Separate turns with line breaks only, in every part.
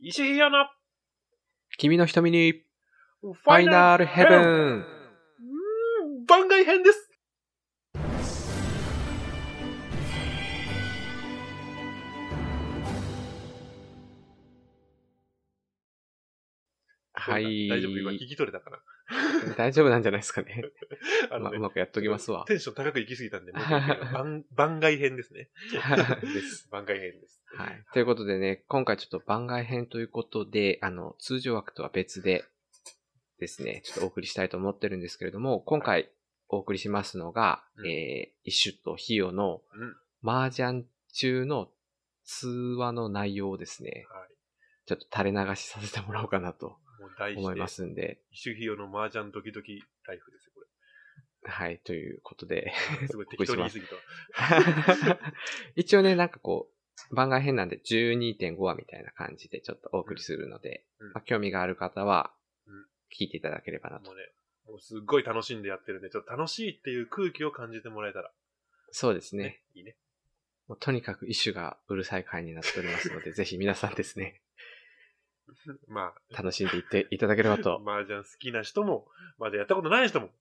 石井アナ、
君の瞳に、
フ
ファイナルヘブン。
ン番外編です
はい。
大丈夫今聞き取れたかな
大丈夫なんじゃないですかね。
あ
ま
の
あ、う
ね、
まくやっときます わ。
テンション高く行き過ぎたんで、もう一回言う けど番番外編ですね。
です。
番外編です。
はい。ということでね、今回ちょっと番外編ということで、あの、通常枠とは別でですね、ちょっとお送りしたいと思ってるんですけれども、今回お送りしますのが、
うん
えー、イッシュとヒヨの
うん
麻雀中の通話の内容をですね、
はい
ちょっと垂れ流しさせてもらおうかなと
もう題
思いま
して、
すんで、
一周費用の麻雀ドキドキライフですよ、こ
はい、ということで。
れ。すごい適当に言い過ぎたわ。
一応ね、なんかこう、番外編なんで12.5話みたいな感じでちょっとお送りするので、
うん
まあ、興味がある方は
うん、
聞いていただければなと。
もうね、もうすっごい楽しんでやってるんで、ちょっと楽しいっていう空気を感じてもらえたら、
そうですね。
いいね。
もうとにかく一種がうるさい回になっております ので、ぜひ皆さんですね、
まあ、
楽しんでいっていただけれ ばと、
麻雀好きな人も、麻雀やったことない人も。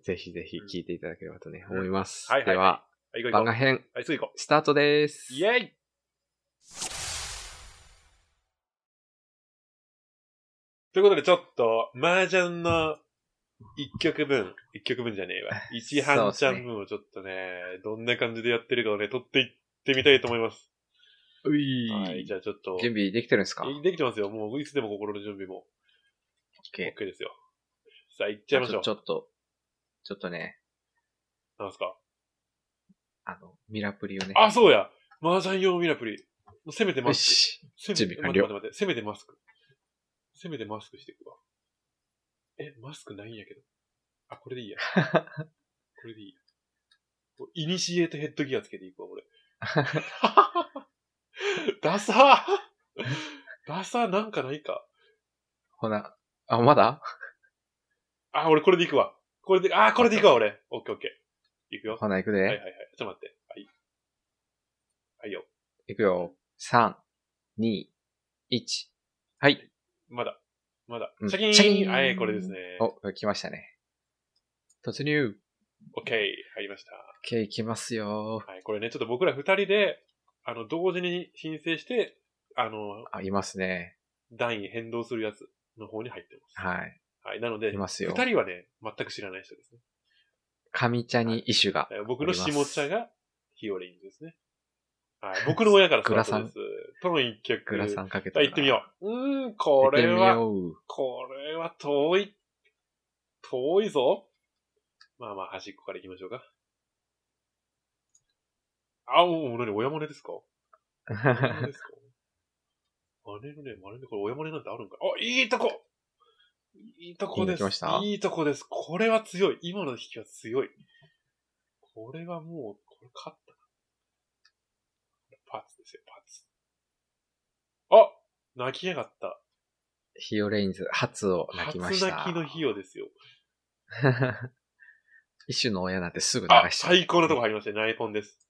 ぜひぜひ聞いていただければとね、
うん
思います。
はいはいはい
では、
はい、行こう
番
行こ
外編、
う。はい、すぐ行こ
スタートです。
う。イェイということで、ちょっと、麻雀の一曲分、一曲分じゃねえ わ。一半ちゃん分をちょっとね、どんな感じでやってるかをね、取っていってみたいと思います。
うい
はい、じゃあちょっと。
準備できてるんですか
えできてますよ。もう、いつでも心の準備も
?OK。
OK ですよ。さあ、行っちゃいましょう
ち。ょっと、ちょっとね、
なんすか
あの、ミラプリをね。
あ、そうや麻雀用ミラプリ。せめてマ
よ
スク。
し。
せめ
準備完了
待って待って待って、せめてマスク。せめてマスクしていくわ。え、マスクないんやけど。あ、これ でいいや。これでいいや。もうイニシエートヘッドギアつけていくわ、 俺。ダサーダサーなんかないか。
ほな、あ、まだ
あ、俺これでいくわ。これで、あ、これでいくわ、俺。オッケーオッケー。いくよ。
ほな、行く
はい
で
は。いはい。ちょっと待って。はい。はいよ。
行くよ。3、2、1。はい。
まだ。まだ
う。ん
シャキーン
シャキーン
はい、これですね。
お、来ましたね。突入。
オッケー入りました。
OK、行きますよ。
はい、これね、ちょっと僕ら二人で、あの、同時に申請して、あの、
あ、いますね。
段位変動するやつの方に入ってます。
はい。
はい、なので、
い
二
ますよ。
人はね、全く知らない人ですね。
上茶にイシュが。
はい僕の下
おります
茶がヒオリンですね。はい、僕の親から
グラ
スタ
サ
ート
ン
です。トロン一曲。
グラサンかけた
は
ら。
い、行ってみよう。うーん、
行
こ
って
れ
み
は、
よう。
これは遠い。遠いぞ。まあまあ、端っこから行きましょうか。あ、おお、なに、親真似ですかあれですか姉のね、まるでこれ、親真似なんてあるんかなあ、いいとこいいとこ
いいの
で
来ますした
いいとこです。これは強い。今の引きは強い。これはもう、これ勝ったな。パーツですよ、パーツ。あ泣きやがった。
ヒオレインズ、初を泣きました。
初泣きの費用ですよ。
イシュの親なんてすぐ流
あ、
しちゃう。
最高なとこ入りましたね。ナイポンです。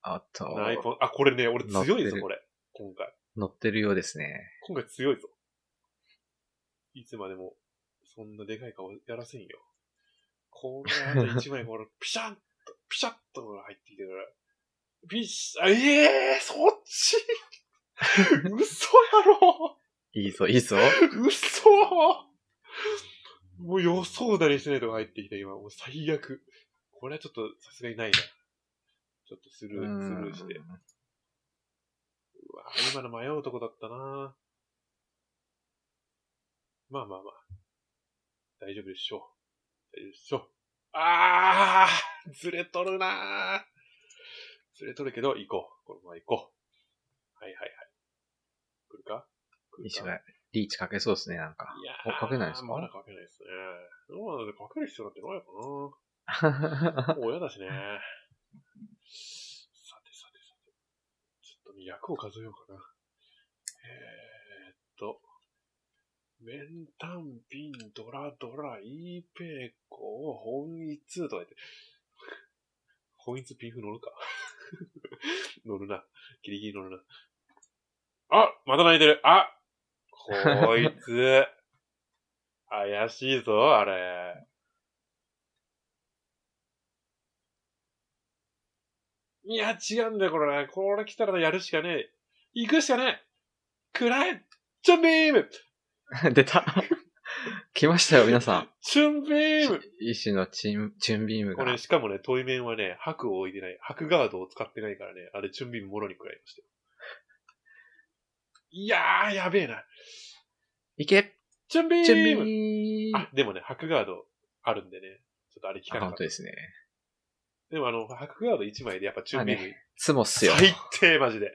あと、
ナイポン。あ、これね、俺強い
乗って
ぞ、
る
これ。今回。
乗ってるようですね。
今回強いぞ。いつまでも、そんなでかい顔やらせんよ。これ、あと一枚、これ、ピシャッと、 ピシャッと入ってきてから、ピシャ、ええー、そっち 嘘やろ
いいぞ、い いぞ。
嘘もう予想だにしてないとこ入ってきた、今。もう最悪。これはちょっと、さすがにないな。ちょっとスル
う
ー、ス
ん
ルーして。うわ今の迷うとこだったなまあまあまあ。大丈夫でしょう。大丈夫でしょう。あーずれとるなずれとるけど、行こう。このまま行こう。はいはいはい。来るか来る
一
か
番リーチかけそうですね、なんか。
い や
おかけないですか
まだかけないですね。どうなんでかける必要なんてないのかなもう 親だしね。さてさてさて。ちょっと役を数えようかな。えー、っと。メンタン、ピン、ドラ、ドラ、イーペーコー、本一とか言って。 本一ピンフ乗るか乗るな。ギリギリ乗るな。あまた泣いてるあこいつ、怪しいぞ、あれ。いや、違うんだよ、これな。これ来たらやるしかねえ。行くしかねえ暗いチュンビーム
出た。 来ましたよ、皆さん。
チュンビーム
医師のチンチュンビーム
こ
が
れ、。しかもね、対面はね、白を置いてない。白ガードを使ってないからね、あれ、チュンビームもろに食らいましたよ。いやー、やべえな。
いけ
チュンビーム
チュンビーム
あ、でもね、白ガードあるんでね。ちょっとあれ聞かな
あ、
か
本
っ
当
た。
ですね。
でもあの、白ガード1枚でやっぱチュンビーム、
あツモっすよ。
最低、マジ で。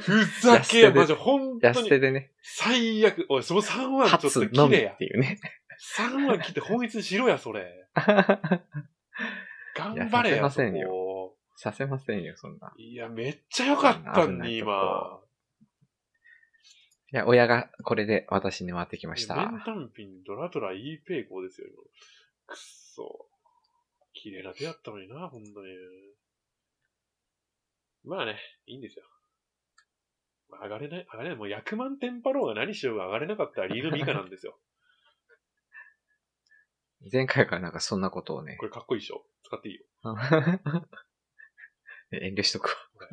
ふざけや、マジで、本当
安手
に。
でね、
最悪。おい、その3はちょっ
初
と
の
切
み
れや
っ。ていうね。
3は切って本一にしろや、それ。頑張れ
い
や、
やさ
そ
せませんよ
こ。
させませんよ、そんな。
いや、めっちゃ良かった
危
ん
ない
に、
と
今
こ。いや、親がこれで私に回ってきまし
いや
た
メン。タンピン、ドラドラ、イーペイコーですよ、今。くっそ。綺麗な手だったのにな、ほんとに。まあね、いいんですよ。まあ上がれない、上がれない。もう100万テンパろうが何しようが上がれなかったらリード2以下なんですよ。
前回からなんかそんなことをね
こ、れかっこいいでしょ使っていいよ。
遠慮しとくわ。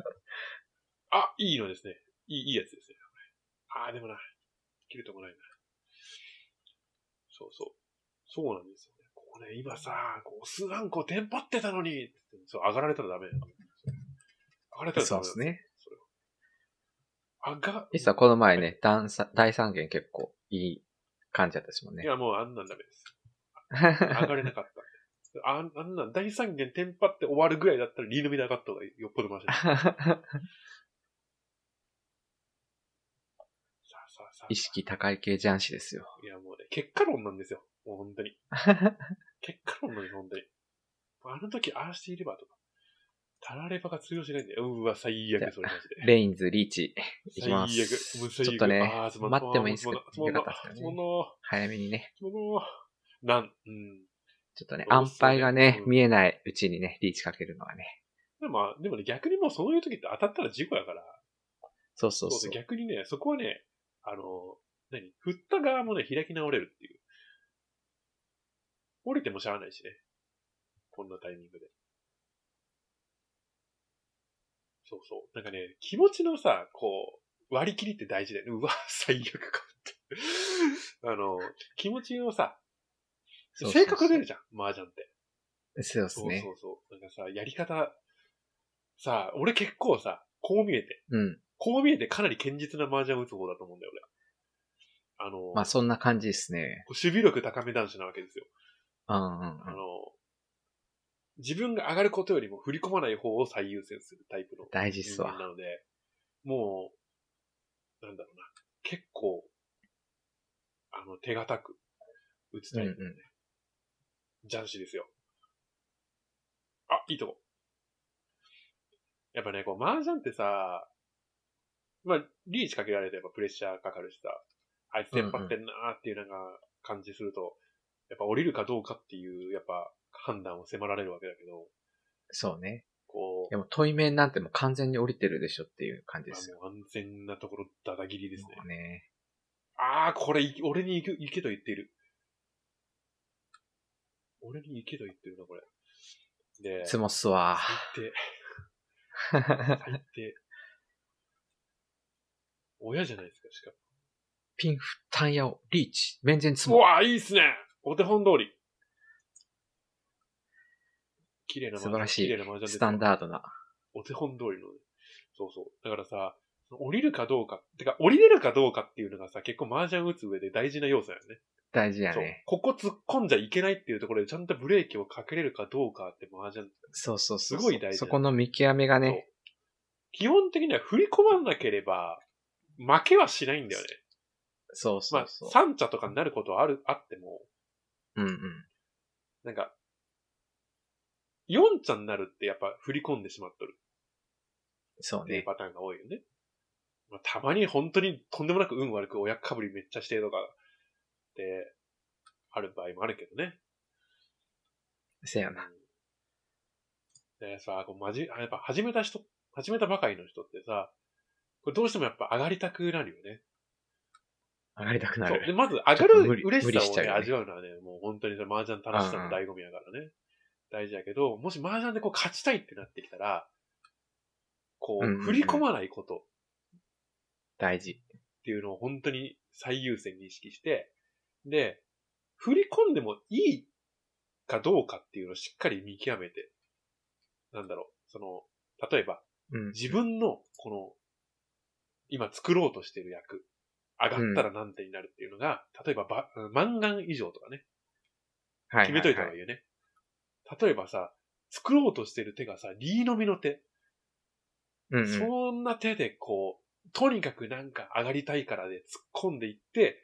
あ、いいのですね。いい、いいやつですね。あー、でもな、切るとこないな。そうそう。そうなんですよね。ここね、今さ、こう、スランコテンパってたのに、そう、上がられたらダメ。上がられたらダ
そう
メ。
です。ね。
上が、
実はこの前ね、段差第3弦結構いい感じだったですもん
い
ね。
や、もうあんなんダメです。上がれなかった。 ああんなん、第三弦テンパって終わるぐらいだったら、リードミで上がった方がよっぽど マシだ。さあさあさあ。
意識高い系雀士ですよ。
いや、もうね、結果論なんですよ。もう本当に。結果論なんです、本当に。あの時、ああしていればとか。タラレバが通用しないんだよ。うわ、最悪、それマジで。
レインズ、リーチ、いき
最
ま
悪。
す。
もう最悪。
ちょっとね
あー、
待ってもいいですけど
つまんな
よかったで
つ
すか
ま
ね
んな
早めにね、
つまんなつまんななん、うん。
ちょっとね、
そうで
安
すよね
牌がね、
うん
見えないうちにね、リーチかけるのはね。
でもまあ、でもね、逆にもうそういう時って当たったら事故やから。
そうそ
そ
う
うそ
そうう。
逆にね、そこはね、あの、何振った側もね、開き直れるっていう。折れてもしゃあないしね。こんなタイミングで。そうそう。なんかね、気持ちのさ、こう、割り切りって大事だよね。 うわ、最悪かって。あ の、気持ちをさ、
そうそうそう
性格出るじゃん、麻雀って。
そうです
そう
ね
そ。うそう。なんかさ、やり方、さ、俺結構さ、こう見えて、
うん。
こう見えてかなり堅実な麻雀を打つ方だと思うんだよ、俺。あの、
まあ、そんな感じですね。
こう守備力高め男子なわけですよ。
うんうん
あ
うん。
の、自分が上がることよりも振り込まない方を最優先するタイプの
大事っす
人間
わ。
なので、もう、なんだろうな、結構、あの、手堅く打つ
うん
タ
う
イプ
ん。
ジャンシですよ。あ、いいとこ。やっぱね、こう、麻雀ってさ、まあ、リーチかけられてやっぱプレッシャーかかるしさ、あいつテンパってんなーっていうなんか感じすると、やっぱ降りるかどうかっていう、やっぱ判断を迫られるわけだけど、
そうね。
こう、
でも、対面なんてもう完全に降りてるでしょっていう感じで
まあ
すよ。
もう安全なところダダ切りですね
も。うね。
ああ、これい、俺に行く、行けと言っている。俺に行けと言ってるな、これ。で、
つもっすわ。
最低。最低。親じゃないですか、しか
ピンフタンヤをリーチ。面前つ
も。う
も。
わ、いいっすねお手本通り。綺麗な
素晴らしい
綺麗な麻雀です
スタンダードな。
お手本通りの。そうそう。だからさ、降りるかどうか。てか、降りれるかどうかっていうのがさ、結構麻雀打つ上で大事な要素やね。
大事や
そう
ね。。
ここ突っ込んじゃいけないっていうところで、ちゃんとブレーキをかけれるかどうかって麻雀
そうそうそう。
すごい大事
そこの見極めが
そう
ね。
基本的には振り込まなければ、負けはしないんだよね。
そうそ
ま
う
あ
そう、。
三茶とかになることはある、あっても、
うんうん。
なんか、四茶になるってやっぱ振り込んでしまっとる
そう
っていう
ね。
パターンが多いよね。まあ、たまに本当にとんでもなく運悪く親かぶりめっちゃしてとか、で、ある場合もあるけどね。
せやな。
でさ、こうまじ、あやっぱ始めた人、始めたばかりの人ってさ、これどうしてもやっぱ上がりたくなるよね。
上がりたくな
そう。で、
る。
まず上が
ちょっと無
る
理
嬉し
無理
さ
し
を
ちゃ
ね、
うよね
味わうのはね、もう本当にそれ麻雀楽しさの醍醐味やからね。大事やけど、もし麻雀でこう勝ちたいってなってきたら、こ
うんうんう
う、
ん
振り込まないことっ
大事。
ていうのを本当に最優先に意識して、で、振り込んでもいいかどうかっていうのをしっかり見極めて、なんだろう、その、例えば、
うん。
自分の、この、今作ろうとしてる役、上がったら何点になるっていうのが、例えばば、満願以上とかね、
は
決めといた方
は
がいいよね。例えばさ、作ろうとしてる手がさ、リーのみの手。
うんうん。
そんな手でこう、とにかくなんか上がりたいからで突っ込んでいって、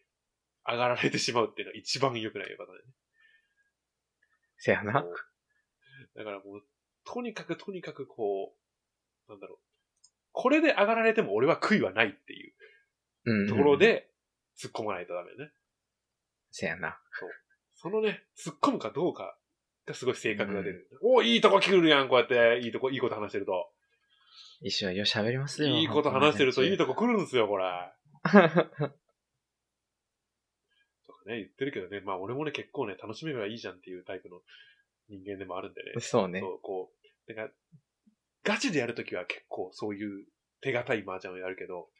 上がられてしまうっていうのは一番良くない方だね。
せやな
こ。うだからもう、とにかくとにかくこう、なんだろう。これで上がられても俺は悔いはないっていう
うんうんうん
ところ。で突っ込まないとダメだね。
せやな。
そのね、突っ込むかどうかがすごい性格が出る。おいいとこ来るやん、こうやって。いいとこ、いいこと話してると。
一緒はよし喋りますよ。
いいこと話してるといいとこ来るんですよ、これ。とかね、言ってるけどね、まあ俺もね、結構ね、楽しめばいいじゃんっていうタイプの人間でもあるんでね。
そうね。
そう、こう。なんか、ガチでやるときは結構そういう手堅い麻雀をやるけど、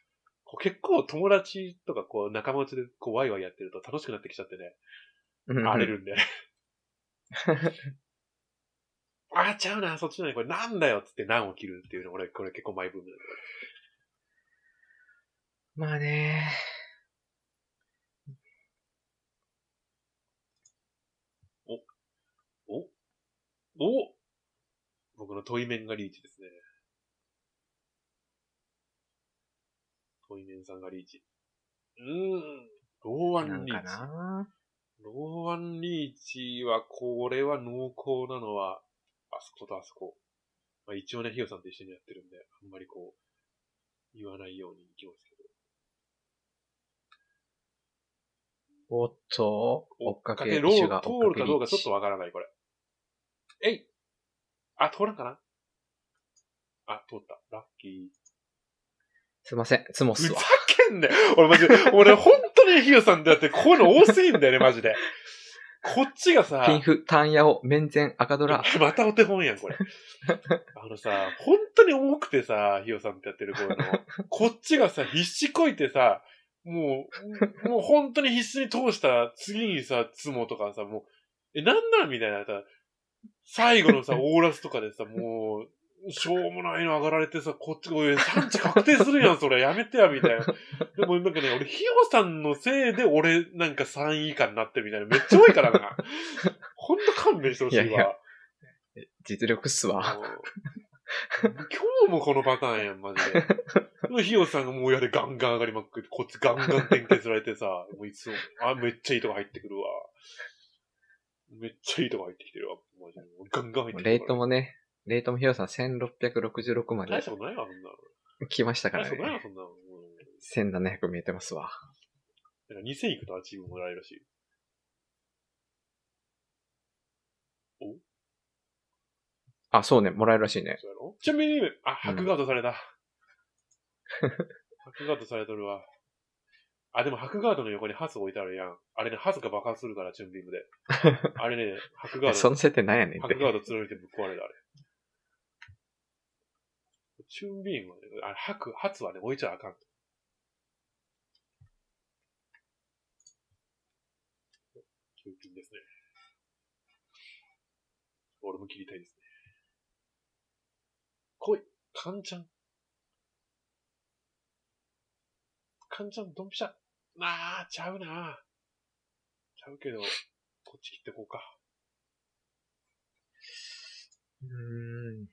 こう結構友達とかこう仲間内でこうワイワイやってると楽しくなってきちゃってね、
うんうん
荒れるんで。 あーちゃうな、そっちじゃない、これなんだよっつって難を切るっていうの、俺、これ結構マイブームだね
まあね。
おお僕の問い面がリーチですね。問い面さんがリーチ。うーん。ローア
な
ン
ん
リー
か
チ。
な。
ローアンリーチは、これは濃厚なのは、あそことあそこ。まあ一応ね、ひよさんと一緒にやってるんで、あんまりこう、言わないようにいきますけど。
おっと、追っかけ、
ロ
一緒
ー、
が
通
追
るかどうかちょっと
っ
わからない、これ。えいあ、通らんかなあ、通った。ラッキー。
けすいません、つもっ
ふ
す
ざ
わ。
けんなよ俺マジで、俺本当にヒヨさんだってこういうの多すぎんだよね、マジで。こっちがさ、
金符、タンヤオ、面前、赤ドラ。
またお手本やん、 これ。あのさ、本当に重くてさ、ヒヨさんってやってる頃の、こっちがさ、必死こいてさ、もう、もう本当に必死に通した次にさ、ツモとかさ、もう、え、なんなんみたいなさ、最後 のさ、オーラスとかでさ、もう、しょうもないの上がられてさ、こっちが、おい産地確定するやん、それ、やめてや、みたいな。でもなんかね、俺、ヒヨさんのせいで俺、なんか3位以下になってるみたいな、めっちゃ多いからな。ほんと勘弁してほしいわ。
いやいや実力っすわ。
もう今日もこのパターンやん、マジで。でもヒヨさんがもうやでガンガン上がりまくって、こっちガンガン点検されてさ、もういつも、あ、めっちゃいいとこ入ってくるわ。めっちゃいいとこ入ってきてるわ、マジで。ガンガン入ってきてる
レー
から。
トもね、レートもヒロさん1666ま
大
で
したことないわ、そんなの。
来ましたか
大
ら
したことない
ね。
わ、そんなの。うん
1700見えてますわ。
なんか2000いくとアチーブもらえるらしい。
あ、そうね、もらえるらしいね。
そうやろちなみに、あ、白ガードされた。 白ガードされとるわ。あ、でも白ガードの横にハス置いてあるやん。あれね、ハスが爆発するから、チュンビームで。あれね、白ガード。
その設定なんやねんって
白。ガード釣られてぶっ壊れる、あれ。チュンビームはね、あれ、白、初はね、置いちゃあかん。キュンピンですね。俺も切りたいですね。来い、カンちゃん。カンちゃん、ドンピシャ。なあ、ちゃうなちゃうけど、こっち切ってこうか。
うーん。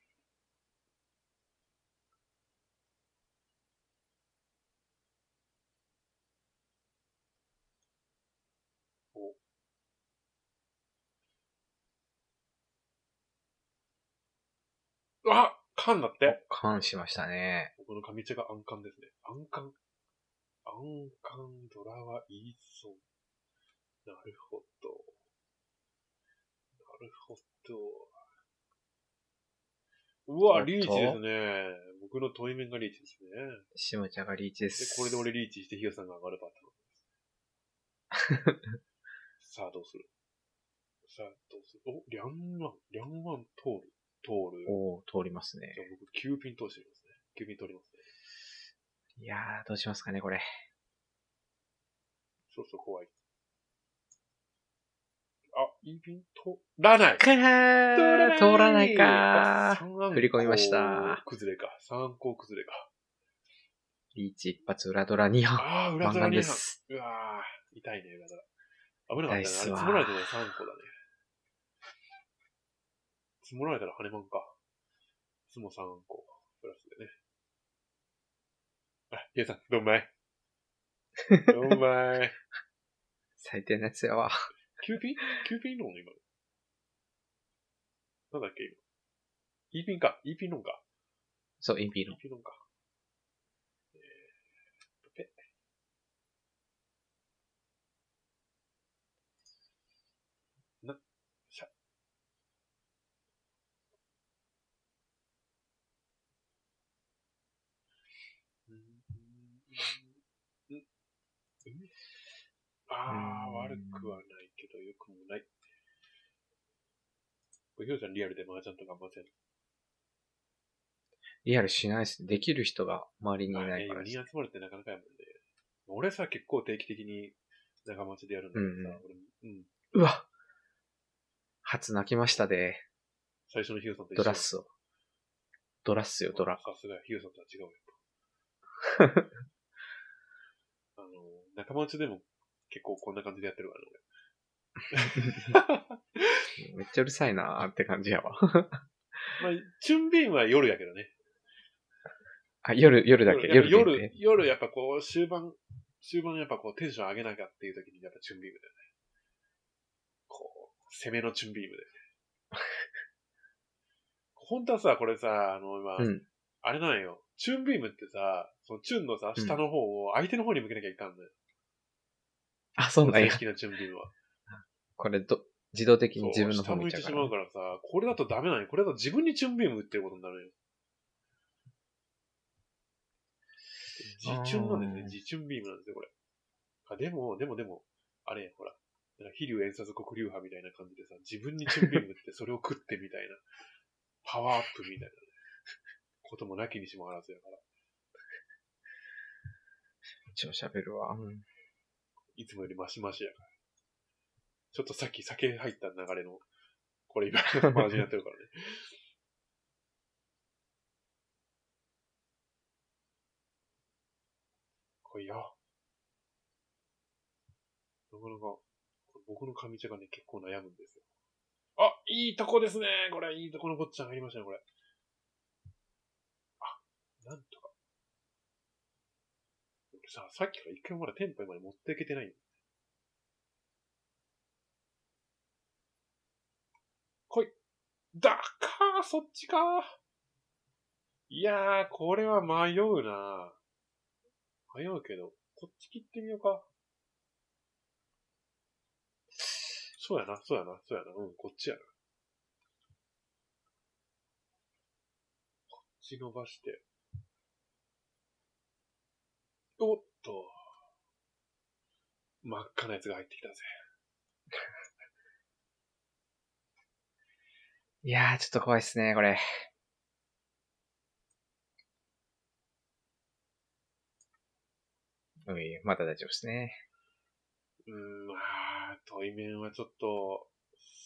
あカンだって
感しましたね。
僕の上茶が暗ンですね。暗ン暗ンドラは言いそう。なるほど。なるほど。うわ、
おっと
リーチですね。僕の問い面がリーチですね。
しもちゃんがリーチで
で、
す。
これで俺リーチしてヒヨさんが上がるパタ ーン。さあ、どうするさあ、どうするお、リャンワン、リャンワン通る。通る。
おお通りますね
じ。ゃあ僕、9ピン通してみますね。9ピン通りますね。
いやー、どうしますかね、これ。
そうそう、怖い。あ、いいピン通らない
通らない通らないか
ー
振り込みました。
崩れか。3項崩れか。
ー。リーチ一発、裏ドラ2本。
ああ、裏
万
皿
願
にう
で
わ
す。
ー痛いね、裏皿。危なかったね。あれ
痛いっす
積
わ
もられたのは3個だね。積もられたら羽ねまんか。積も3個。プラスでね。あ、ヒエさん、どんまい。 どんまい。
最低なやつやわ。
キューピンキューピンローン今の。なんだっけ今。イーピンか。イーピンローンか。
そう、インピーの。
ピノンか。えー、ペな、しゃ。うんうんうんうんああ、悪くはないけど、よくもない。これひろちゃんリアルで麻雀とか麻雀
リアルしないですね。できる人が周りにい
まあ
な
ね
いから
4。人集まるってなかなかやもんね。俺さ、結構定期的に仲間内でやるんだけどさ、俺、うん。
うわ初泣きましたで、
最初のヒューさんと一緒
ドラッスを。ドラッスよ、ドラ。
さすがヒューさんとは違うよ。あの、仲間内でも結構こんな感じでやってるからね、
めっちゃうるさいなーって感じやわ。
俺。まあ、チュンビンは夜やけどね。
あ、夜、夜だけ、夜限
夜、
定
夜、夜やっぱこう、終盤、終盤やっぱこう、テンション上げなきゃっていう時に、やっぱチュンビームだよね。こう、攻めのチュンビームで。 本当はさ、これさ、あの、今、
うん
あれなんよ。チュンビームってさ、そのチュンのさ、下の方を相手の方に向けなきゃいかんのよ。
あ、そうなん
正
や。
式なチュンビームは。
これ、ど、自動
そ
的
う
に自分の方
下向
向
い
いちゃ
て
うか
し
ら
まう。からさ、これだとダメなのよ。これだと自分にチュンビーム打ってることになるよ。自チュンなんですね
あー。
自チュンビームなんですよ、これ。あ、でも、でもでも、あれや、ほら。なんか、飛竜演殺黒竜派みたいな感じでさ、自分にチュンビーム打ってそれを食ってみたいな。パワーアップみたいな、ね、こともなきにしもあらずやから。
一応喋るわ。うん
いつもよりマシマシやから。ちょっとさっき酒入った流れの、これ今、マージになってるからね。こいよ。なかなか、これ僕の上茶がね、結構悩むんですよ。あ、いいとこですね。これ、いいとこのこっちゃん入りましたね、これ。あ、なんとか。俺さ、さっきから一回もまだ店舗まで持っていけてないんだよ。来い。だっかー、そっちかー。いやー、これは迷うなー迷うけど、こっち切ってみようか。そうやな、そうやな、そうやな。うん、こっちやな。こっち伸ばして。おっと。真っ赤なやつが入ってきたぜ。
いやー、ちょっと怖いっすね、これ。うんいい、まだ大丈夫ですね。
うーん、まあ、対面はちょっと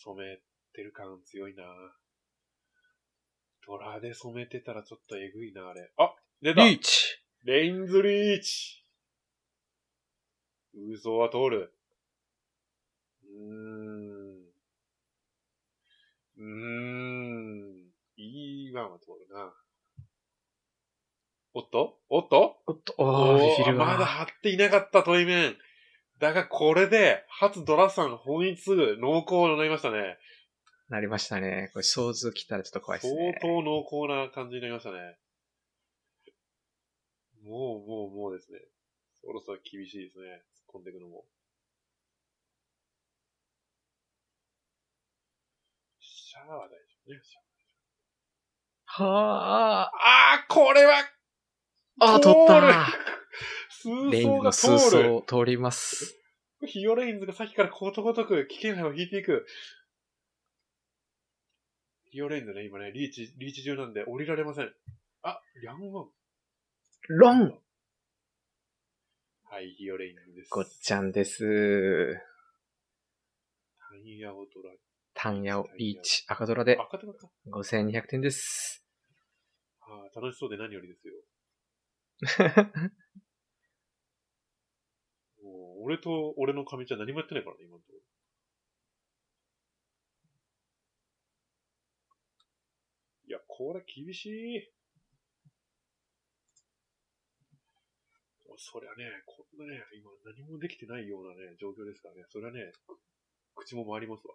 染めてる感強いな。ドラで染めてたらちょっとえぐいな、あれ。あ出た
リーチ
レインズリーチ嘘は通る。うーん。うーん。E1 は通るな。おっとおっと
おっと、おー、
お
リ
ー
フィル
まだ
は。
張っていなかった、トイメン。だが、これで、初ドラさん本一濃厚になりましたね。
なりましたね。これ、想像来たらちょっと怖いっす
相
ね。
当濃厚な感じになりましたね。もう、もう、もうですね。そろそろ厳しいですね。突っ込んでいくのも。シャアは大丈夫ね。シャア
は
あー、これは、
ああ、
通
取
る
ったレ
数層
インズの
が
数
通る。
層を通ります。
ヒオレインズがさっきからことごとく危険牌を引いていく。ヒオレインズね、今ね、リーチ、リーチ中なんで降りられません。あ、リャンワン。
ロン
はい、ヒオレインズです。
ごっちゃんです。
タイヤを取られ
タンヤオリーチ赤ドラで
赤手か。
5200点です。
あー楽しそうで何よりですよ。もう俺と俺の神ちゃん何もやってないからね、今のところ。いや、これ厳しい。そりゃね、こんなね、今何もできてないようなね、状況ですからね、そりゃね、く口も回りますわ。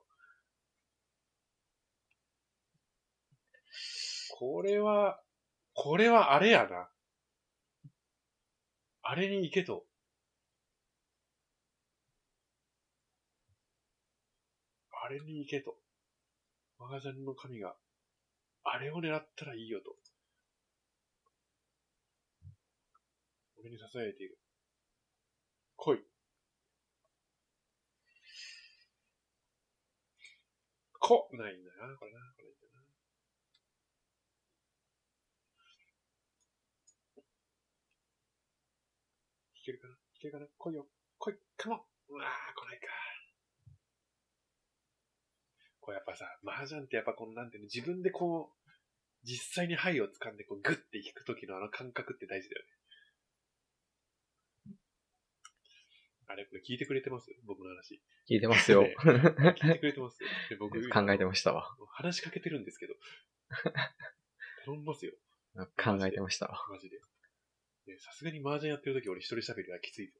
これは、これはあれやな。あれに行けと。あれに行けと。マガジャンの神が、あれを狙ったらいいよと。俺に支えている。来い。来ないんだな、これな、これな。弾けるかな弾けるかな来いよ。来い、カモンうわー、来ないか。こうやっぱさ、麻雀ってやっぱこのなんていうの、自分でこう、実際に牌を掴んでこうグッて引くときのあの感覚って大事だよね。あれ、これ聞いてくれてます僕の話。
聞いてま すよ。
聞いてくれてますで僕
考えてましたわ。
話しかけてるんですけど。頼みますよ。
考えてましたわ。
マジで。ねさすがに麻雀やってる時俺一人喋りはきついぞ。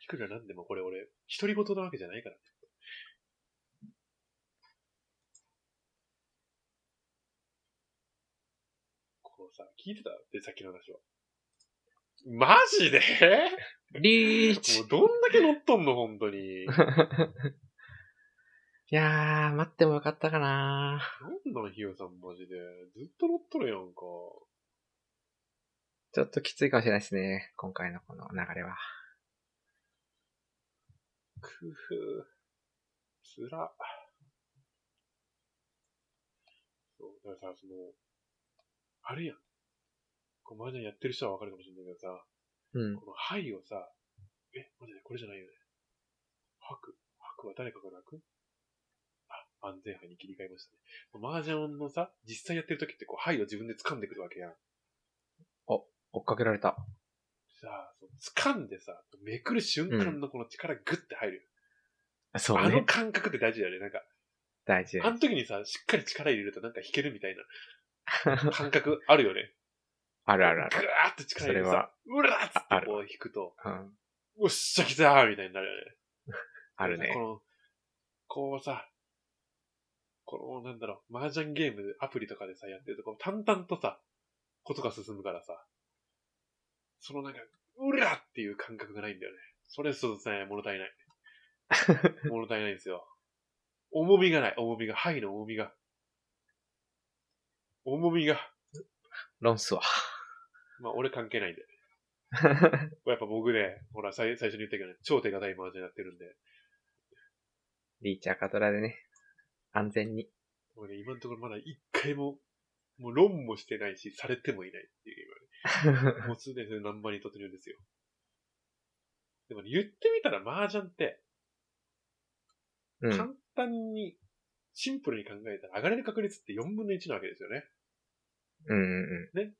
ひくらなんでもこれ俺、独り言なわけじゃないから。こうさ、聞いてたで、さっきの話は。マジで
リー
も
チ
うどんだけ乗っとんの、本当に。ない
やー、待ってもよかったかなん
なの、ひよさん、マジで。ずっと乗っとるやんか。
ちょっときついかもしれないですね。今回のこの流れは。
くふつら。そう、だからさ、その、あれやん。こう、麻雀やってる人はわかるかもしれないけどさ、
うん。
この牌をさ、え、マジでこれじゃないよね。白白は誰かが泣くあ、安全牌に切り替えましたね。麻雀のさ、実際やってる時ってこう、牌を自分で掴んでくるわけやん。
追っかけられた。
さあ、その掴んでさ、めくる瞬間のこの力グッて入る、
そ
あ
う
の
ね。
感覚って大事だよね。なんか、
大事で
あの時にさ、しっかり力入れるとなんか弾けるみたいな感覚あるよね。
あ るあるあ
ぐ
る。
わーって力入れて
そ
さ
れは、
うらーっつ
あ
っ
あ
て
る
こう弾くと、
うん。
おっしゃ来たーみたいになるよね。
ある
こ
ね。
の、こうさ、この、なんだろう、麻雀ゲーム、アプリとかでさ、やってると、こう淡々とさ、ことが進むからさ、そのなんか、うらーっていう感覚がないんだよね。それそうですね、物足り ない。物足りないんですよ。重みがない、重みが。範囲の重みが。重みが。
ロンスは。
まあ、俺関係ないんで。やっぱ僕ね、ほら、最最初に言ったけどね、超手堅いマージャンやってるんで、
リーチ赤虎でね。安全に。
俺ね、今のところまだ一回も、もう論もしてないし、されてもいないっていう、 今ね。もうすでに何万に突入ですよ。でもね、言ってみたらマージャンって、
う
簡
ん。
単に、シンプルに考えたら上がれる確率って4分の1なわけですよね。
うんうん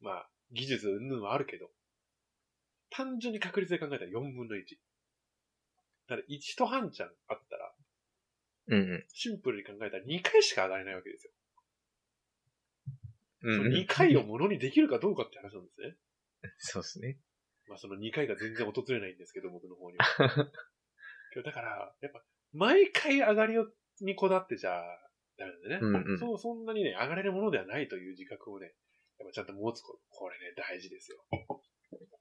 まあ、技術云々はあるけど、単純に確率で考えたら4分の1。だから1と半ちゃんあったら、
うん。うん
シンプルに考えたら2回しか上がれないわけですよ。
うん。
そ
うんう
の
ん
2回をものにできるかどうかって話なんですね。
そうですね。
まあその2回が全然訪れないんですけど、僕の方には。 けどだから、やっぱ、毎回上がりをにこだわってじゃダメなんでね。
うんうん
そう、そんなにね、上がれるものではないという自覚をね、やっぱちゃんと持つこと。これね、大事 ですよ。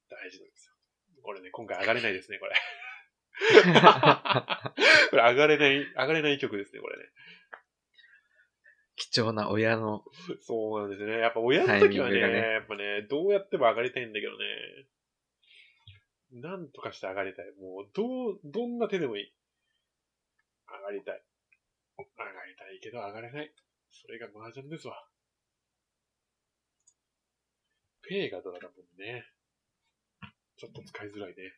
大事なんですよ。これね、今回上がれないですね、これ。 これ上がれない、上がれない曲ですね、これね。
貴重な親の、
そうなんですね。やっぱ親の時はね、
タイミングがね
やっぱね、どうやっても上がりたいんだけどね。なんとかして上がりたい。もう、どう、どんな手でもいい。上がりたい。上がりたいけど上がれない。それが麻雀ですわ。ペイがドラだもんね。ちょっと使いづらいね。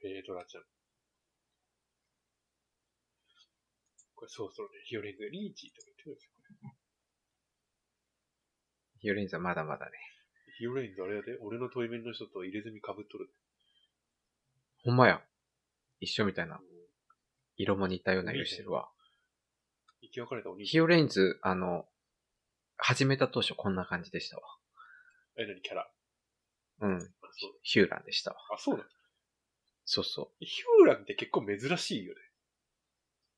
ペイドラちゃん。これそろそろね、ヒオリングリーチとか言ってくるんですよ。
ヒオレンズはまだまだね。
ヒオレインズあれやで、俺の問い面の人と入れ墨被っとる。
ほんまや。一緒みたいな。色も似たような色してるわ。
生き別れたお兄ち
ヒ
ゃん。
オレンズ、あの、始めた当初こんな感じでしたわ。
え、何キャラあ、
うん。
そう。
ヒューランでしたわ。
あ、そうなの
そうそ
ヒューランって結構珍しいよね。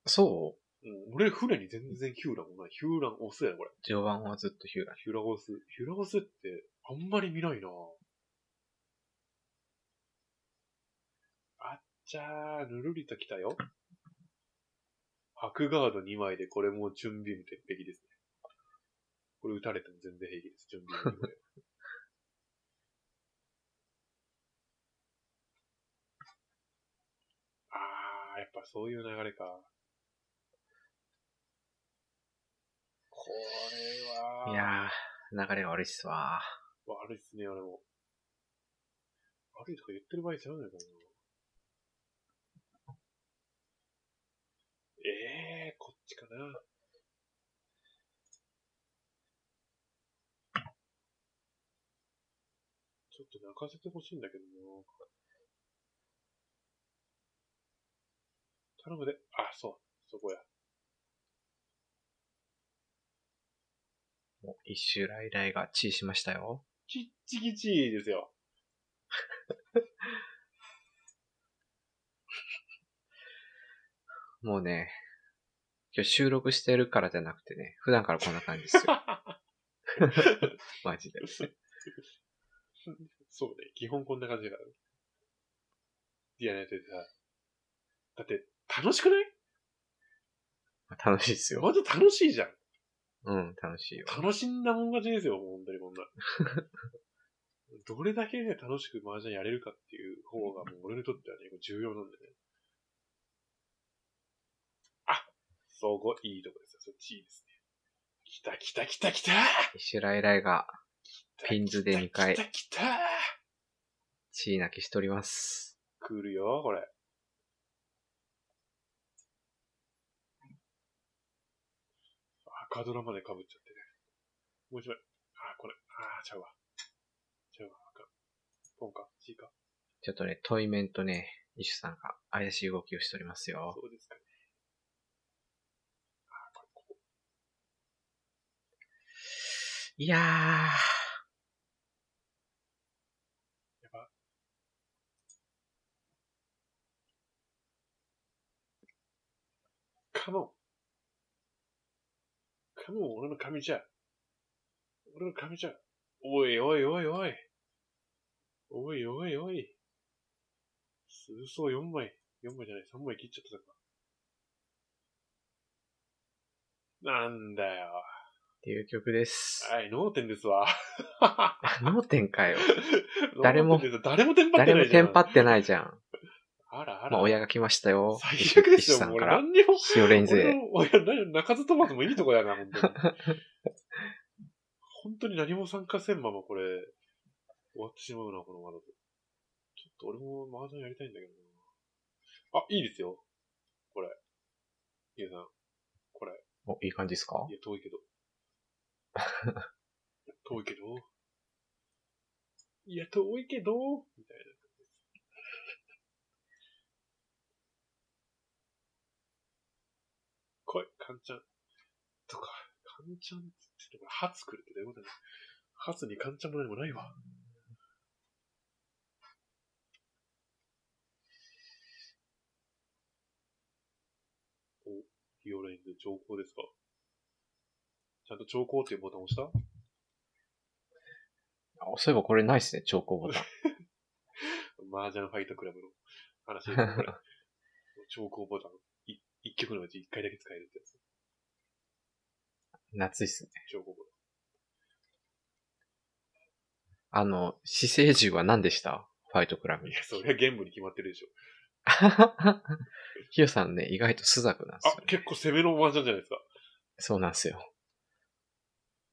う。そう
うん、俺、船に全然ヒューランもない。ヒューランオスやな、これ。
序盤はずっとヒューラン。
ヒューランオス。ヒューランオスって、あんまり見ないなあっちゃー、ぬるりと来たよ。白ガード2枚で、これもうチュンビーム鉄壁ですね。これ撃たれても全然平気です、チュンビーム。 あー、やっぱそういう流れか。これは。
いやー、流れが悪いっすわ。
悪いっすね、あれも。悪いとか言ってる場合ちゃうんだけどな。ええー、こっちかな。ちょっと泣かせてほしいんだけどな。頼むで。あ、そう。そこや。
もう一周来来がチーしましたよ。
キッチキチですよ。
もうね、今日収録してるからじゃなくてね、普段からこんな感じですよ。マジで。
そうね、基本こんな感じだから。ディアナやっててさ、だって、楽しくない
楽しいっすよ。
ほんと楽しいじゃん。
うん、楽しいよ。
楽しんだもん勝ちですよ、ほんとにこんな。 どれだけね、楽しく麻雀やれるかっていう方が、もう俺にとってはね、重要なんでね。あそこ、いいとこですよ。そっちいいですね。来た来た来た来た
一周来来がピンズで二回
来た来た来た
チー泣きしております。
来るよ、これ。赤ドラまで被っちゃってね。もう一枚。あー、これ。あー、ちゃうわ。ちゃうわ、赤。ポンか、C か。
ちょっとね、トイメンとね、イシュさんが怪しい動きをしておりますよ。
そうですかね。あー、これ、ここ。
いやー、
やば。カモン。カモン、俺の髪じゃ。俺の髪じゃ。おいおいおいおい。おいおいおい。数層4枚。4枚じゃない、3枚切っちゃったか。なんだよ。
っていう曲です。
はい、脳天ですわ。
脳天 かよ。誰も
脳天です誰もテンパって
誰
な
も
いじゃ
テ
ん。
ンパってないじゃん。
あらあら。
まあ、親が来ましたよ。
最悪で
イ
す
シュ
よ、
さ
も
ん
う
か
俺
ら。
何にも。
塩レンズ
俺
で。
のいや、な中津トマトもいいとこやな、本 当に。本当に何も参加せんままこれ、終わってしまうな、このまだと。ちょっと俺も麻雀やりたいんだけどな。あ、いいですよ。これ。いやさん。これ。
お、いい感じですか
いや、遠いけど。遠いけど。いや、遠いけど、みたいな。来い、カンちゃん。とか、カンちゃんって言ってたから、ハツ来るってどういうことだよ。ハツにカンちゃんも何もないわ。お、ヒオレンズ情報ですかちゃんと兆候っていうボタン押した
あそういえばこれないっすね、兆候ボ タン。
麻雀ファイトクラブの話ですねこれ。兆候ボタン、一一曲のうち一回だけ使えるってやつ。
夏いっすね。
超高度。
あの、死生獣は何でしたファイトクラブ
い。や、それはゲームに決まってるでしょ。
ヒヨさんね、意外とスザクなんですよ
あ、。結構攻めのおばあちゃんじゃないですか。
そうなんですよ。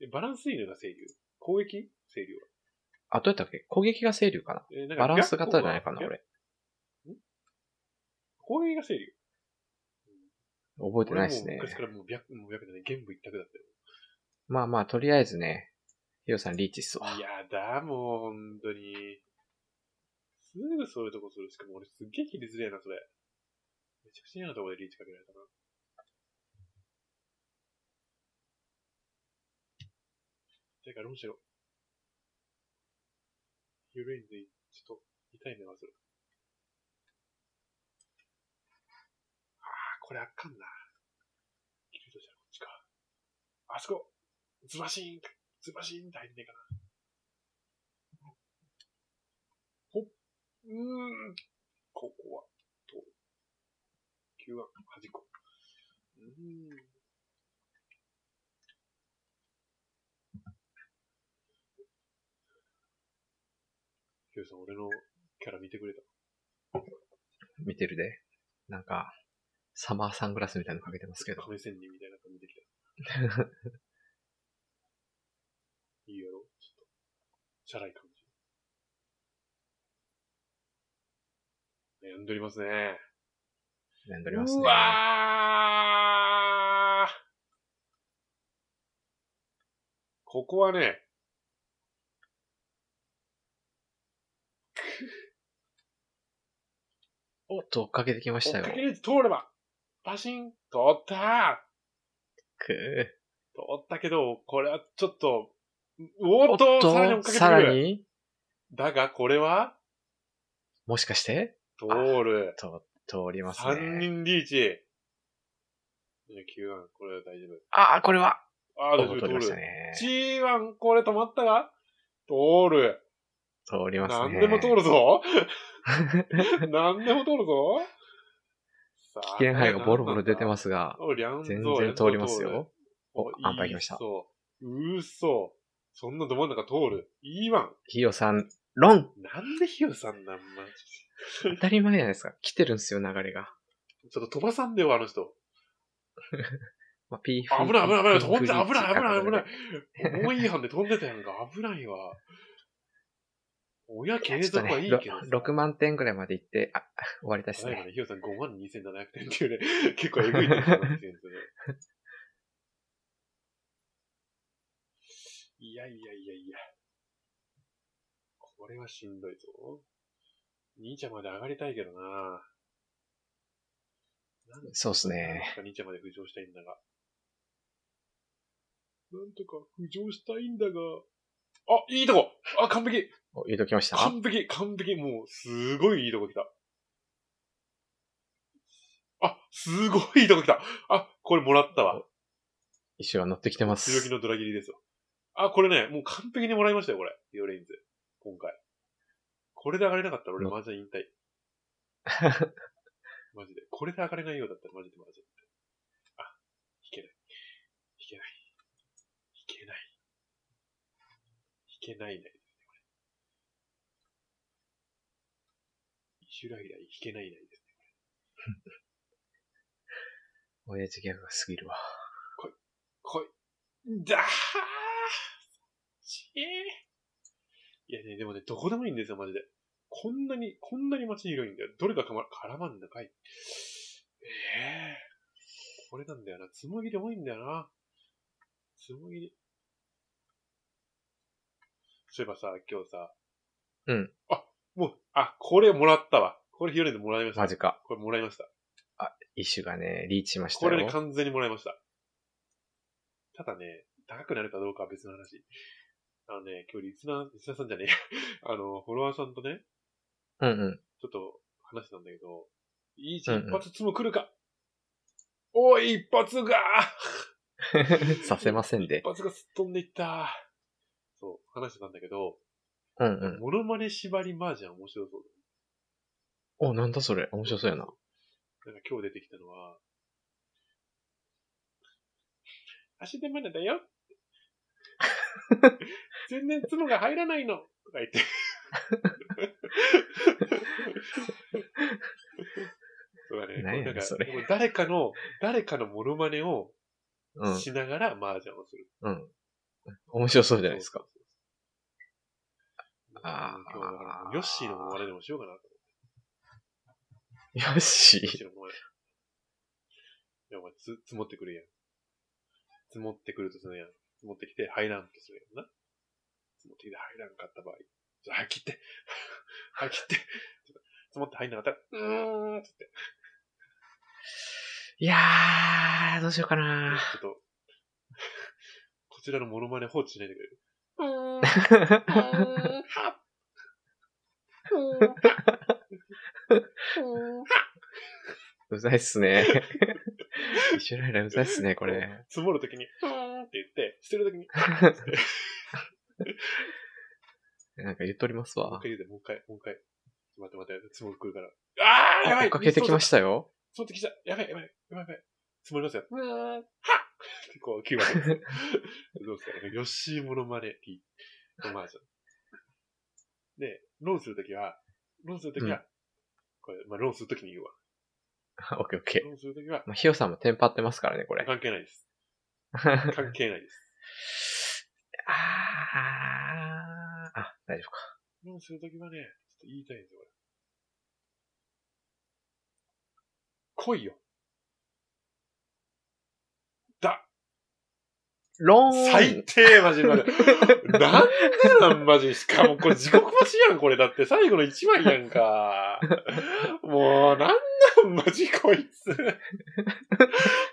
えバランスいいのが清流攻撃清流は。
あ、どうやったっけ攻撃が清流かな
えーなんか
バランス型じゃないかな、
逆光が。
俺。
攻撃が清流。
覚えてないです
俺
ね
もう。昔からもう白、もう白じゃない、玄武一択だった
まあまあ、とりあえずね、ヒヨさんリーチっすわ
よ。い。やだ、もう、本当に。すぐそういうとこする。しかも俺すっげえ切りづれえな、それ。めちゃくちゃ嫌なとこでリーチかけられたな。だから、むしろ。緩いんで、ちょっと、痛い目がする。ああ、これあかんな。切るとしたらこっちか。あそこズバシーンズバシーンって入んねえかな。ほっ、うーん、ここは、と、9は端っこ。うーん。ヒューさん、俺のキャラ見てくれた。
見てるで。なんか、サマーサングラスみたいなのかけてますけど。
亀仙人みたいなの見てきた。 いいやろちょっと。チャラい感じ。悩んでおりますね。
悩んでおりますね
う。わーここはね、
おっと、追っかけてきまし
追
た
っ
よ
か。ける通れば、パシン、通った
く
通
ー
ったけど、これはちょっと、お
お
っ
っ
と
と、
さらに追っかけてくる。
さらに、
だが、これは、
もしかして、
通る。
と、通ります
三
ね。
人リーチ。いや、Q1、これは大丈夫。
ああ、これは、
ああ、
お
大丈
通
夫、
りまし
通
た
る。
ね。
G1、これ止まったが通る。
通ります
何
ね。
でも通る ぞ何でも通るぞ
危険範囲がボロボロ出て
す。
ますが、
おりゃんぞ
全然通ります。
りゃんぞ
よ。お、安牌来ました。
そう。うそ。そんなど真ん中通る。E1。
ヒヨさん、ロン
なんでヒヨさんなんま。
当たり前じゃないですか。来てるんですよ、流れが。
ちょっと飛ばさんでよ、あの人。
まあ、ピーフ
危ない危ない危ない。飛んで危ない危ない危ない
い。。
思い違反で飛んでたやんか。危ないわ。親
い
継
やちょっと
続はい
ね、
いけどさ。
ろ6万点ぐらいまで行って、あ、終わりたいです
だから
ね。
ね、ヒヨさん5万2700点っていうね、 結構エグい点数になってるんですよね。いやいやいやいや。これはしんどいぞ。兄ちゃんまで上がりたいけどななんと
そうっす
なん
ね。
とか兄ちゃんまで浮上したいんだが。なんとか浮上したいんだが。あ、いいとこあ、完璧
お、言うときました
完璧、完璧、もう、すごいいいとこ来た。あ、すごいいいとこ来た。あ、これもらったわ。
石は乗ってきてま
強気
す。
のドラ切りですよ。あ、これね、もう完璧にもらいましたよ、これ。ヨレインズ。今回。これで上がれなかったら俺
うん
マジで引 退。マジで。これで上がれないようだったらマジでマジで引退。あ、引けない。引けない。引けない。引けないね。一周ライライ引けないね。
親父ギャグがすぎるわ。
こい。だーちーいやね、でもね、どこでもいいんですよ、マジで。こんなに、こんなに街広いんだよ。どれがかま、絡まんのかい。ええこれなんだよな。つもぎり多いんだよな。つもぎり。そういえばさ、今日さ。
うん。
あ、もう、あ、これもらったわ。これヒヨレンでもらいました。
マジか。
これもらいました。
石がね、リーチしました
こ
よ。
れね、完全にもらいました。ただね、高くなるかどうかは別の話。あのね、今日リスナー、リスナーさんじゃねえや あの、フォロワーさんとね、
うんうん。
ちょっと話したんだけど、いい
うん
一
うん
発つも来るか、おい、一発が
させませんで
一。発がすっ飛んでいった。そう、話してたんだけど、
うんうん。
モノマネ縛りマージャン面白そう
お、なんだそれ。面白そうやな。
だ。なんか今日出てきたのは、足手まだだよ。全然ツノが入らないのとか言って。そうだね。
何やねん
なんか
それ
もう誰かの、誰かのモノマネを
うん。
しながら麻雀をする。
うん。面白そうじゃない ですか。
そうそうそう。
あー
今日はだからもうヨッシーのモノマネでもしようかなと。
よ
ヨッ
し。
シーのモノマネ。いや、お前つ、積もってくるやん。積もってくるとするやん。積もってきて入らんとするやんな。積もってきて入らんかった場合。じゃあ、早く切って。 早く切って。ちょっと積もって入んなかったら、うーんって言って。
いやー、どうしよう かな。
ちょっと、こちらのモノマネ放置しないでくれる。うーん。
うざいっすね。一緒ライラうざいっすね、これ。
積もるときに、うーんって言って、捨てる ときに、
なんか言っとります
もう一
わ。
回言うで、もう一回、もう一回。ちょっと待って待って、積もるくるから。あーやば
追っ
い
かけてきましたよ。
積もってきた。やばいやばい、やばいやばい。積もりますよ。うーん。はっってこう、9番。どうですかね。ヨッシーモノマネ、リオマージョン。で、ローンするときは、ローンするときは、
うん
これ、まあ、ローンするときに言うわ。
オッケーオッケ
ローンするときは
ー。、まあ、ヒヨさんもテンパってますからね、これ。
関係ないです。関係ないです。
あーあ、大丈夫か。
ローンするときはね、ちょっと言いたいんですよ、これ。来いよ。だ、
ロー
最
ン
低、マジで。なんでなん、マジで。しかも、これ、地獄橋やん、これ。だって、最後の一枚やんか。もう、なんなん、マジこいつ。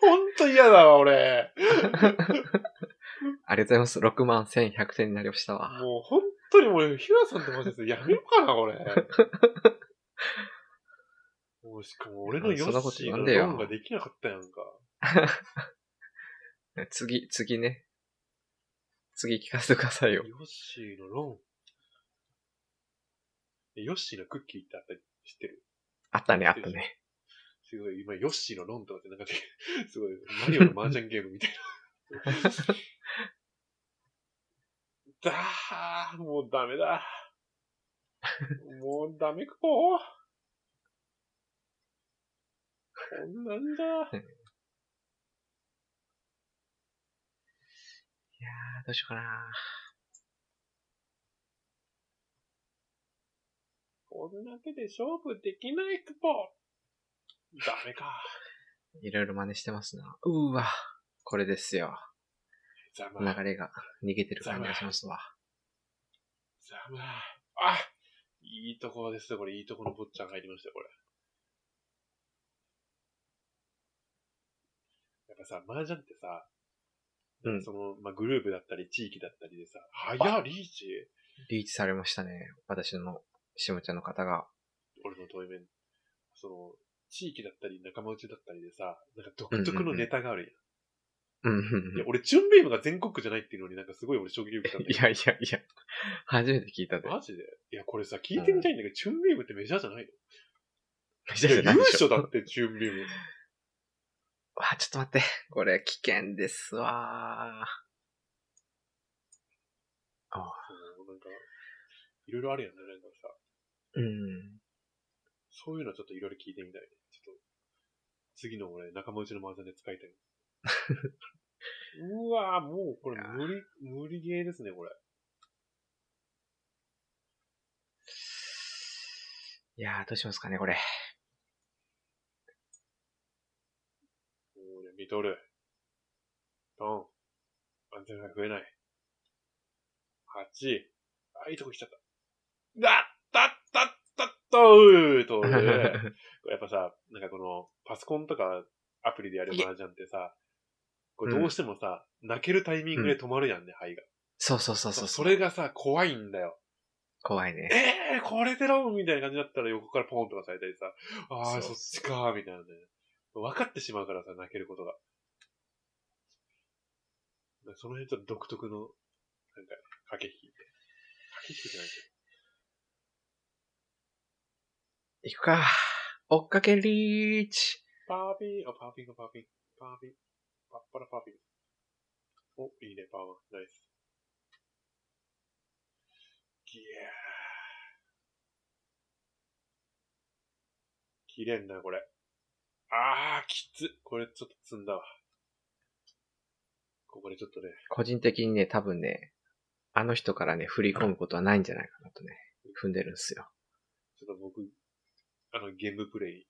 ほんと嫌だわ、俺。
ありがとうございます。6万1100点になりましたわ。
もう、ほんとにもう、ヒラさんとマジでやめようかな、俺。もう、しかも、俺のヨ
そんなこ
ッ
と
シー
言わ
の
んでよ
ローンができなかったやんか。
次、次ね。次聞かせてください
ヨ
よ。
ッシーのローン。ヨッシーのクッキーってあったり知ってる
あったね、あったね。
すごい、今、ヨッシーのロンとかってなんかね、 すごい、マリオの麻雀ゲームみたいな。だー、もうダメだ。もうダメか、こんなんだ。
あーどうしようかな。
こんだけで勝負できないクポダメか。
いろいろ真似してますな。うーわ。これですよ。
ざま
流れが逃げてる感じがしますわ。
ざまあ、いいとこですよ、これ。いいとこの坊ちゃん入りましたよ、これ。やっぱさ、麻雀ってさ、
うん
その、まあ、グループだったり、地域だったりでさ、早っ、リーチ
リーチされましたね。私の、しもちゃんの方が。
俺の対面。その、地域だったり、仲間内だったりでさ、なんか独特のネタがあるやん。
うん、うん
いや
う
俺、チュンベイムが全国区じゃないっていうのになんかすごい俺衝撃受けたん
ん。
だ
い
けど。
やいやいや。初めて聞いたで。
マジでいや、これさ、聞いてみたいんだけど、チュンベイムってメジャーじゃないの
じゃ
いや、優勝だ
わ
って、チュンベイム。
あ、ちょっと待って。これ危険ですわ。
そうなんか、いろいろあるよね、なんかさ。
うん。
そういうのちょっといろいろ聞いてみたいね。ちょっと、次の俺、仲間内の麻雀で使いたい。うわぁ、もうこれ無理、無理ゲーですね、これ。
いやー、どうしますかね、これ。
もうね、見とる。ドン。安全が増えない。8。あ、いいとこ来ちゃった。だだだだとーとーやっぱさ、なんかこの、パソコンとかアプリでやる麻雀ってさ、これどうしてもさ、泣けるタイミングで止まるやんね、肺が。
そうそうそうそう。
それがさ、怖いんだよ。
怖いね。
えー、これでロンみたいな感じだったら横からポンとかされたりさ、あー、そ
そ
うっちかー、みたいなね。分かってしまうからさ、泣けることが。その辺ちょっと独特の、なんか、駆け引き。駆け引きじゃないけ
いくか。追っかけリーチ。
ど。パーピー、あ、パーピング、パーピング、パーピング、パッパラパーピング。お、いいね、パーマ。ナイス。いやー。切れんな、これ。あー、きつ。これちょっと積んだわ。ここでちょっとね、
個人的にね、多分ね、あの人からね、振り込むことはないんじゃないかなとね、踏んでるんですよ。
ちょっと僕、あの、ゲームプレイ。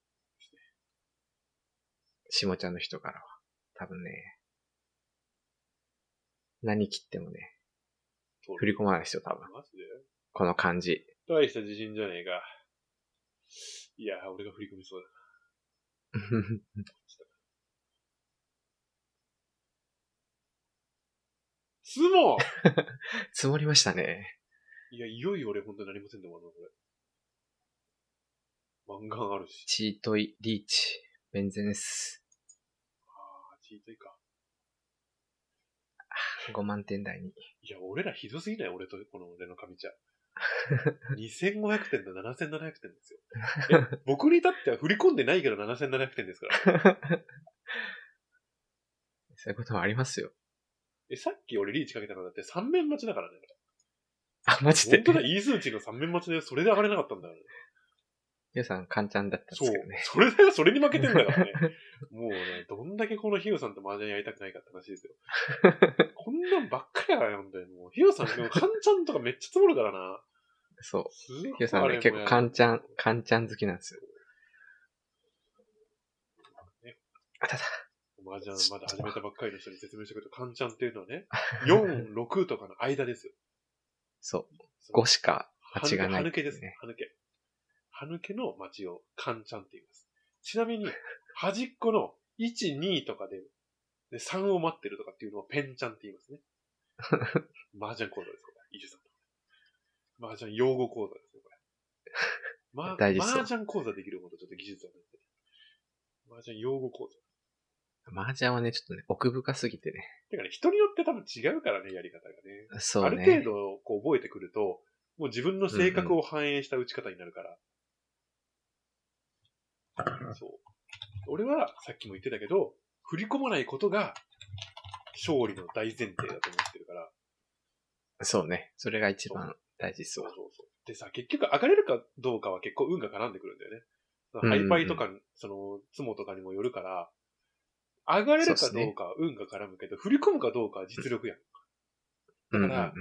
しもちゃんの人からは。多分ね、何切ってもね、
取
振り込まないですよ、多分。
マジで
この感じ。
大した自信じゃねえか。いやー、俺が振り込みそうだ。つも
積もりましたね。
いや、いよいよ俺本当に何もせんでもあるな、これ。マンガンあるし。
チートイ、リーチ、ベンゼネス。
あー、チートイか。
5万点台に。
いや、俺らひどすぎない俺と、この俺の神ちゃん。2500点と7700点ですよ。え僕に至っては振り込んでないけど7700点ですから。
そういうこともありますよ。
え、さっき俺リーチかけたのだって3面待ちだからね。
あ、マジで
本。当だ、イースーチの3面待ちでそれで上がれなかったんだよね。
皆さん、カンちゃんだったんで
そう
すけどね。。
それだよ、それに負けてんだから ね。もうね、どんだけこのヒヨさんと麻雀やりたくないかって話 ですよ。こんなんばっかりやから、本当に。もう、ヒヨさん、でもカンちゃんとかめっちゃ積もるからな。
そう。
すごい
ヒヨさんね、結構カンちゃん、カンちゃん好きなんですよ。あたた。
麻雀まだ始めたばっかりの人に説明してくれると、カンちゃんっていうのはね、4、6とかの間ですよ。
そう。
その
5しか間違いない、
はぬけですね。。はぬけ。はぬけの町をカンちゃんって言います。ちなみ に、端っこの1、2とかで、で3を待ってるとかっていうのをペンちゃんって言いますね。麻雀講座です、これ。伊集さんの。麻雀用語講座ですね、これ。ま、
大事そう
麻雀講座できるほどちょっと技術はないんで。麻雀用語講座。
麻雀はね、ちょっとね、奥深すぎてね。
てかね、人によって多分違うからね、やり方がね。
そうね。
ある程度こう覚えてくると、もう自分の性格を反映した打ち方になるから。そう。俺はさっきも言ってたけど、振り込まないことが勝利の大前提だと思ってるから。
そうね。それが一番大事そ
そう
う。
そうそう。でさ、結局上がれるかどうかは結構運が絡んでくるんだよね。
ん
ハイパイとか、その、ツモとかにもよるから、上がれる
そう
か
っすね
どうかは運が絡むけど、振り込むかどうかは実力やん。
うんう
だ
んう
から
ん。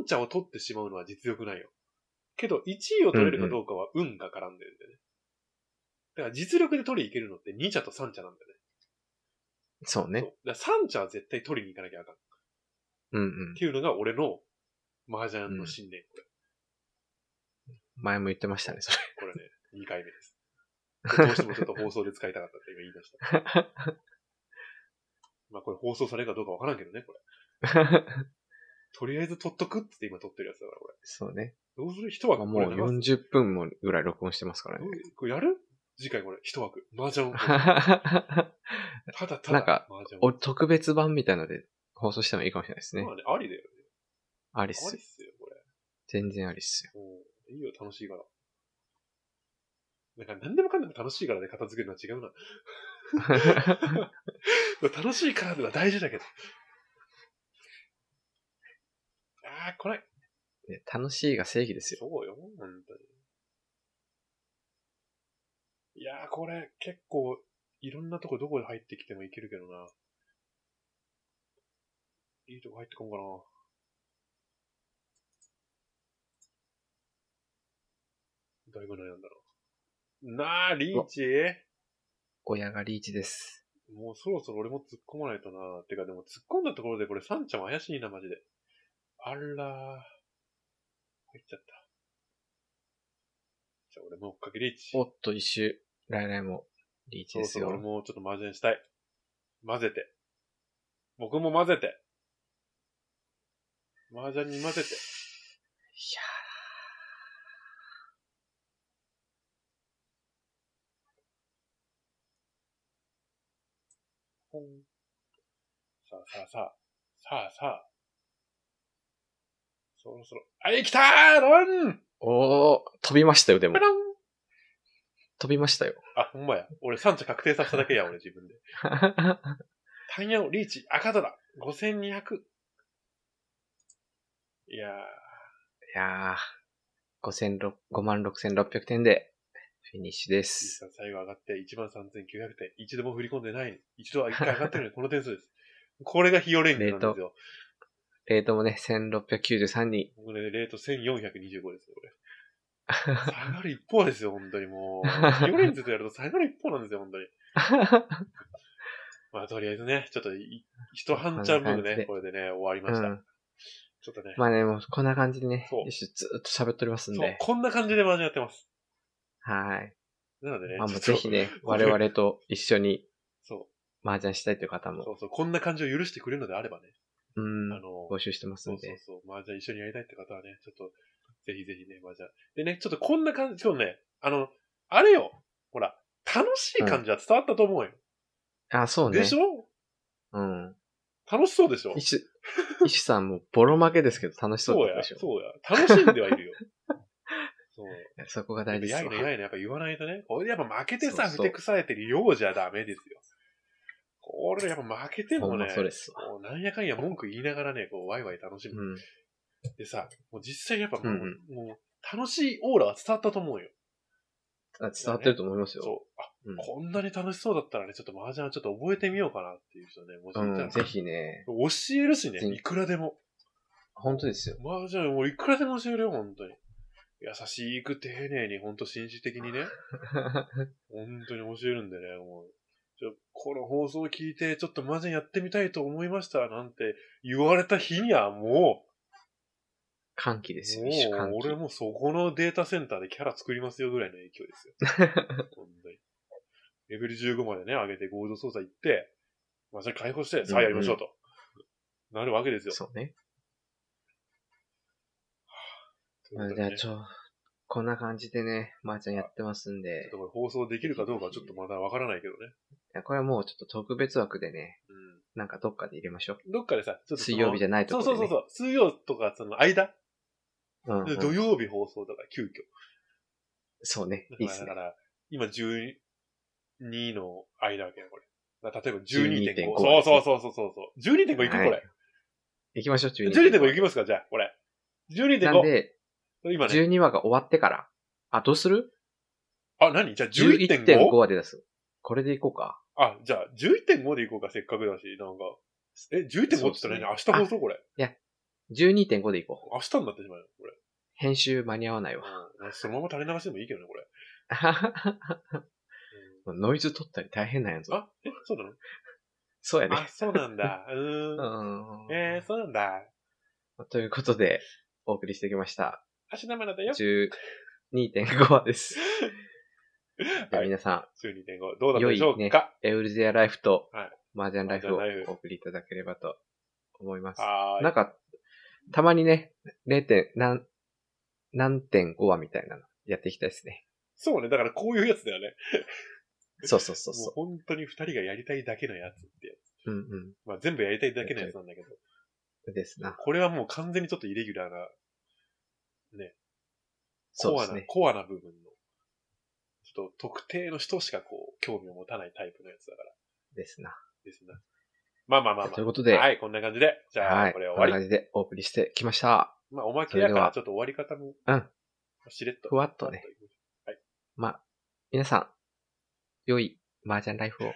4茶を取ってしまうのは実力ないよ。けど、1位を取れるかどうかは運が絡んでるんだよね。だから実力で取りに行けるのって2茶と3茶なんだよ
そう
ね。そ
ね。
うだから3茶は絶対取りに行かなきゃあかん。っ
うんうん。
ていうのが俺の麻雀の信念、これ。
前も言ってましたね、それ。
これね、2回目です。どうしてもちょっと放送で使いたかったって今言い出した。 まあこれ放送されるかどうかわからんけどね、これ。とりあえず取っとくっつって今取ってるやつだから、これ。
そうね。
どうする人は
もう
これ流す
40分もぐらい録音してますからね
ど。うこれやる次回これ、一枠。麻雀を。ただただ、
なんか
麻雀を。
お特別版みたいので放送してもいいかもしれないですね
ま。あね、ありだよね。
ありっ
あ
す
りっ
よ。
すよ、これ。
全然ありっすよ。
うんいいよ、楽しいから。なんか何でもかんでも楽しいからで片付けるのは違うな。楽しいからでは大事だけど。ああ、これ。
ね楽しいが正義ですよ。
そうよ、本当に。いやー、これ、結構、いろんなとこどこで入ってきてもいけるけどな。いいとこ入ってこんかな。だいぶ悩んだな。なあ、リーチ
親がリーチです。
もうそろそろ俺も突っ込まないとな。てかでも突っ込んだところでこれサンちゃんも怪しいな、マジで。あらー。入っちゃった。じゃあ俺も追っかけリーチ。
おっと、一周。来来もリーチ
そ
で
ろ
す
そろ俺
よ。
もちょっと麻雀したい。混ぜて。僕も混ぜて。麻雀に混ぜて。ほんさあさあさあ。さあさあ。そろそろ。あ、い来たーロン
おー、飛びましたよ、でも
ペ。ロン
飛びましたよ。
あ、ほんまや。俺3茶確定させただけや、俺自分で。単ンヤをリーチ、赤だだ。 5200。いやー、
いやー、56,600点でフィニッシュで
実
す。
際最後上がって13,900点。一度も振り込んでない。一度は一回上がってるの にこの点数です。これが費用レンジなんですよ。
レートもね、1693人。
僕ね、レート1425ですよ、こ れ。下がる一方ですよ、本当にもう。費用レンジとやると下がる一方なんですよ、本当に。まあ、とりあえずね、ちょっとい、一半チャン
こ
分
んな感じで
ね、これでね、終わり
う
ました。
ん。
ちょっとね、
まあね、もうこんな感じでね
そ、う
一緒ずーっと喋っておりますん
そう
で、。
こんな感じでマージャンやってます。
はい。
なのでね、
まあもう
ちょ
ぜ
っと
ひね、
ご
我
めん
々と一緒に
そ
麻雀したいという方
う、
も、
そうそう、こんな感じを許してくれるのであればね、
うん
あ、の、
募集してます
そ
ん
うそう
で。
そう。まあじゃあ一緒にやりたいって方はね、ちょっと、ぜひぜひね、まあじゃあ。でね、ちょっとこんな感じ、今日ね、あの、あれよ、ほら、楽しい感じは伝わったと思うよ。
あ、そうね。
でしょ
うん。
楽しそうでしょ
イシ、イシさんもボロ負けですけど楽しそう
そう
だ
や、
ったでしょ。
そうや。楽しんではいるよ。 そう。
そこが
や
大
っぱ
事です
やい
わ
の。やいのやっぱ言わないとね。これやっぱ負けてさ、
そう
ふ
そう
てくされてるようじゃダメですよ。これやっぱ負けて
ほ
も
ん
ね
ま、そうですわ。
こうなんやかんや文句言いながらね、こう、ワイワイ楽しむ。
うん。
でさ、もう実際やっぱもう、
うん
もう楽しいオーラは伝わったと思うよ。
あ伝わってると思いますよ。
そう。あ、
うん
こんなに楽しそうだったらね、ちょっと麻雀ちょっと覚えてみようかなっていう人ね、もしいた
う
ら
ん、ぜひね。
教えるしね
ぜ、ひ
いくらでも。
本当ですよ。
麻雀もういくらでも教えるよ、本当に。優しく丁寧に、本当紳士的に ね、本当に教えるんでね、もう。じゃあこの放送を聞いて、ちょっと麻雀やってみたいと思いました、なんて言われた日にはも
歓喜です
う、
よ、一種
も
歓
う、
喜
俺。もうそこのデータセンターでキャラ作りますよぐらいの影響 ですよ。本当に。レベル15までね、上げてゴールド操作行って、まあ、それ解放して、さあやりましょうと。なるわけですよ。
そうね。
という
ま
こ
あ
と
じ
で
ゃあ
ね
ちょ、こんな感じでね、まー、ちゃんやってますん
ちょ
で
っと、これ放送できるかどうかはちょっとまだわからないけどね。
いやこれはもうちょっと特別枠でね、なんかどっかで入れましょう。
うん。どっかでさ、ちょっとその
水曜日じゃないと
そ
こ
う
ろで、
そう
ね。
そうそう。水曜とかその間、
うんうん、
で土曜日放送とか急遽。
そうね。いいっす
だ
ね
か。ら、今12の間わけや、これ。だから例えば
12.5
12.5。そうそうそうそうそうそう。12.5いく、
はい
これ。
行きましょう、12
12.5いきますか、じゃあ、これ。
なん
12.5。
で、
今ね。
12話が終わってから。あ、どうする
あ、何じゃあ
?11.5
11.5?
話で出す。これでいこうか。
あ、じゃあ、11.5でいこうか、せっかくだし、なんか。え、11.5って言ったら何、
そうっ
明日
すね
放送これ。
12.5でいこう。
明日になってしまうよ、これ。
編集間に合わないわ。
うん。そのまま垂れ流してもいいけどね、これ。
ノイズ取ったり大変なんや
うん
ぞ。
あ、え、そう なの
そうや
あ
ね。、
そうなんだ。う
う
ーん。
ん。
えー、そうなんだ。
ということで、お送りしてきました。
足生なんだよ。
12.5話 です。では
はい
皆さ
12.5。どうだったでしょうか、
良いねん、エウルゼアライフと
はい
麻雀ライフを
麻雀ライフ
お送りいただければと思います。
はー
なんか、たまにね、0. 点、なん、何点5話みたいなのやっていきたいで すね。
そうね、だからこういうやつだよね。
そうそうそう
もう
そ
本当に二人がやりたいだけのやつってやつ。
う。うん
まあ全部やりたいだけのやつなんだけど。
うん。ですな。
これはもう完全にちょっとイレギュラーな、
そう
コ
で
ア
す
な、
ね。
コアな部分の、ちょっと特定の人しかこう、興味を持たないタイプのやつだから
ですな。
ですな。まあまあまあま
という
あ。
ことで、
はい、こんな感じで。じゃ
は
あ、
い。
こ
こん
れ
な
終わ
感
り。
じでお送りしてきました。
まあ、おまけだか
それでは
ら、ちょっと終わり方も、
うん。
しれっと。
ふわっとね。まあ、皆さん、良い麻雀ライフを。